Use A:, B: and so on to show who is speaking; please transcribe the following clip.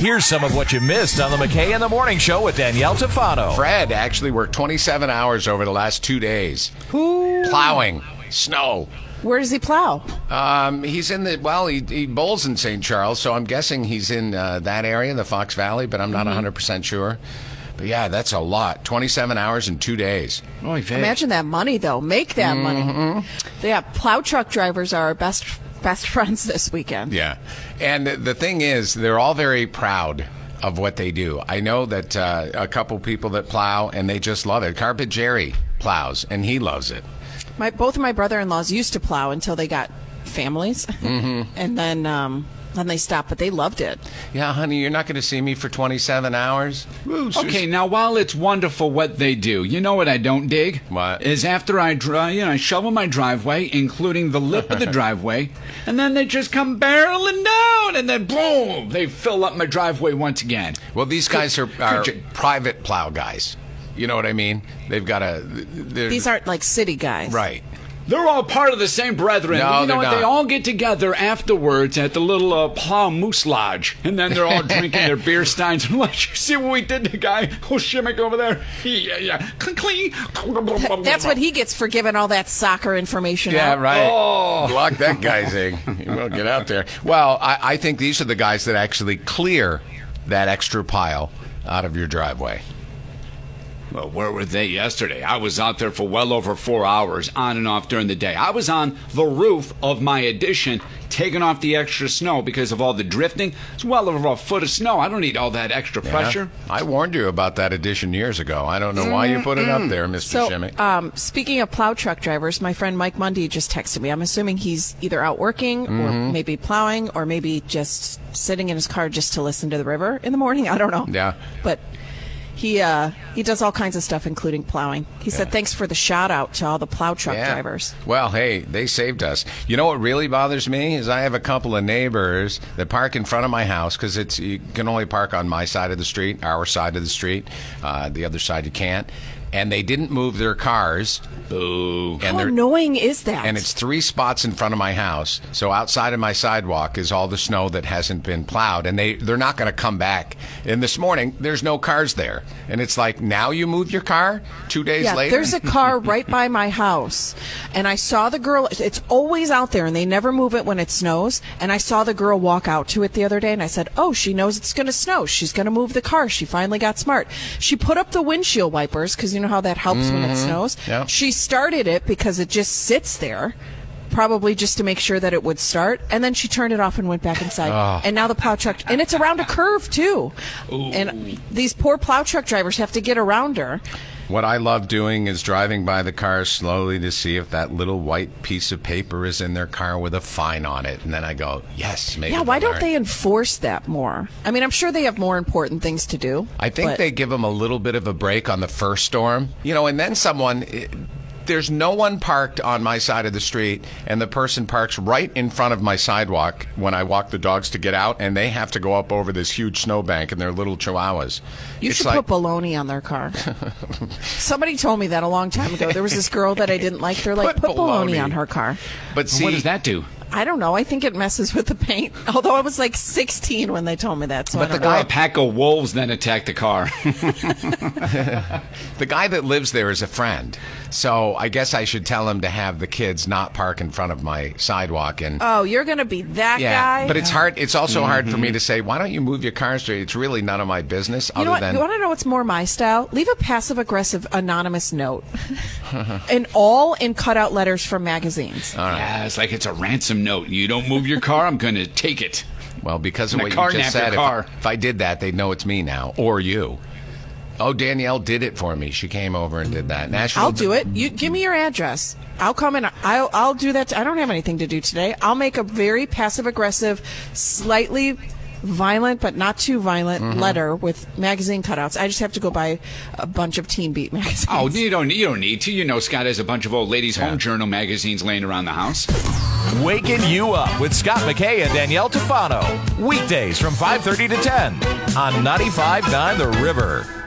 A: Here's some of what you missed on the McKay in the Morning Show with Danielle Tafano.
B: Fred actually worked 27 hours over the last two days. Plowing, snow.
C: Where does he plow?
B: Um, he's in the well. He, he bowls in St. Charles, so I'm guessing he's in uh, that area, the Fox Valley, but I'm not 100 percent sure. But yeah, that's a lot. 27 hours in two days.
C: Imagine that money, though. Make that
B: Mm-hmm.
C: money. Yeah, plow truck drivers are our best best friends this weekend.
B: Yeah, and the thing is, they're all very proud of what they do. I know that uh, a couple people that plow and they just love it. Carpet Jerry plows and he loves it.
C: My both of my brother-in-laws used to plow until they got families,
B: Mm-hmm.
C: and then um, then they stopped. But they loved it.
B: Yeah, honey, you're not going to see me for 27 hours.
D: Okay, now while it's wonderful what they do, you know what I don't dig?
B: What?
D: Is after I dry, you know, I shovel my driveway, including the lip of the driveway, and then they just come barreling down, and then boom, they fill up my driveway once again.
B: Well, these guys are, are
D: Could you-
B: private plow guys. You know what I mean? They've got a.
C: These aren't like city guys,
B: right.
D: They're all part of the same brethren.
B: No,
D: you know
B: they're
D: what?
B: not.
D: They all get together afterwards at the little uh, Plow Moose Lodge, and then they're all drinking their beer steins. And like, you see what we did to the guy? Oh, Shimmick over there. Yeah, yeah. Cling, cling.
C: That's what he gets for giving all that soccer information.
B: Yeah,
C: out.
B: right.
D: Oh.
B: Block that guy's egg. He won't get out there. Well, I, I think these are the guys that actually clear that extra pile out of your driveway.
D: Well, where were they yesterday? I was out there for well over four hours, on and off during the day. I was on the roof of my addition, taking off the extra snow because of all the drifting. It's well over a foot of snow. I don't need all that extra pressure.
B: I warned you about that addition years ago. I don't know why you put it up there, Mr.
C: So,
B: Shimmick.
C: um, speaking of plow truck drivers, my friend Mike Mundy just texted me. I'm assuming he's either out working
B: Mm-hmm.
C: or maybe plowing or maybe just sitting in his car just to listen to the river in the morning. I don't know.
B: Yeah.
C: But he uh, he does all kinds of stuff, including plowing. He said thanks for the shout out to all the plow truck
B: Yeah.
C: drivers.
B: Well, hey, they saved us. You know what really bothers me is I have a couple of neighbors that park in front of my house because it's you can only park on my side of the street, our side of the street, uh, the other side you can't. And they didn't move their cars. Boo. And
C: How
B: they're
C: annoying is that?
B: and it's three spots in front of my house. So outside of my sidewalk is all the snow that hasn't been plowed, and they they're not going to come back. And this morning, there's no cars there, and it's like now you move your car two days
C: yeah,
B: later.
C: there's a car right by my house, and I saw the girl. It's always out there, and they never move it when it snows. And I saw the girl walk out to it the other day, and I said, "Oh, she knows it's going to snow. She's going to move the car. She finally got smart. She put up the windshield wipers because you know how that helps when it snows.
B: Mm-hmm. Yeah.
C: She started it because it just sits there." Probably just to make sure that it would start, and then she turned it off and went back inside.
B: Ah.
C: And now the plow truck, and it's around a curve too. And these poor plow truck drivers have to get around her.
B: What I love doing is driving by the car slowly to see if that little white piece of paper is in their car with a fine on it, and then I go, yes, maybe.
C: Yeah, why
B: they'll
C: don't
B: learn.
C: they enforce that more? I mean, I'm sure they have more important things to do.
B: I think
C: but-
B: they give them a little bit of a break on the first storm, you know, and then someone. It, there's no one parked on my side of the street, and the person parks right in front of my sidewalk when I walk the dogs to get out, and they have to go up over this huge snowbank in their little chihuahuas.
C: You
B: It's
C: should
B: like-
C: put baloney on their car. Somebody told me that a long time ago. There was this girl that I didn't like. They're like,
B: Put
C: put, baloney.
B: baloney."
C: on her car.
B: but see,
D: what does that do?
C: I don't know. I think it messes with the paint. Although I was like 16 when they told me that. So I
B: But the
C: don't know.
D: Or a pack of wolves then attack the car.
B: The guy that lives there is a friend, so I guess I should tell him to have the kids not park in front of my sidewalk. And
C: Oh, you're gonna be that
B: yeah,
C: guy.
B: but it's hard. It's also hard for
D: Mm-hmm.
B: me to say, why don't you move your car straight? It's really none of my business.
C: You
B: other
C: know what?
B: than
C: You want to know what's more my style? Leave a passive aggressive anonymous note, and all in cutout letters from magazines.
D: Yeah, it's like it's a ransom note. You don't move your car, I'm going to take it.
B: Well, because of
D: And
B: what
D: a
B: you
D: carnap
B: just said,
D: your
B: if,
D: car.
B: if I did that, they'd know it's me now or you. Oh, Danielle did it for me. She came over and did that. National
C: I'll do it. You give me your address. I'll come and I'll I'll do that. I I don't have anything to do today. I'll make a very passive aggressive, slightly violent but not too violent letter with magazine cutouts. I just have to go buy a bunch of Teen Beat magazines.
D: Oh, you don't, you don't need to. You know, Scott has a bunch of old ladies' home journal magazines laying around the house.
A: Waking you up with Scott McKay and Danielle Tafano. Weekdays from 5.30 to 10 on 95.9 The River.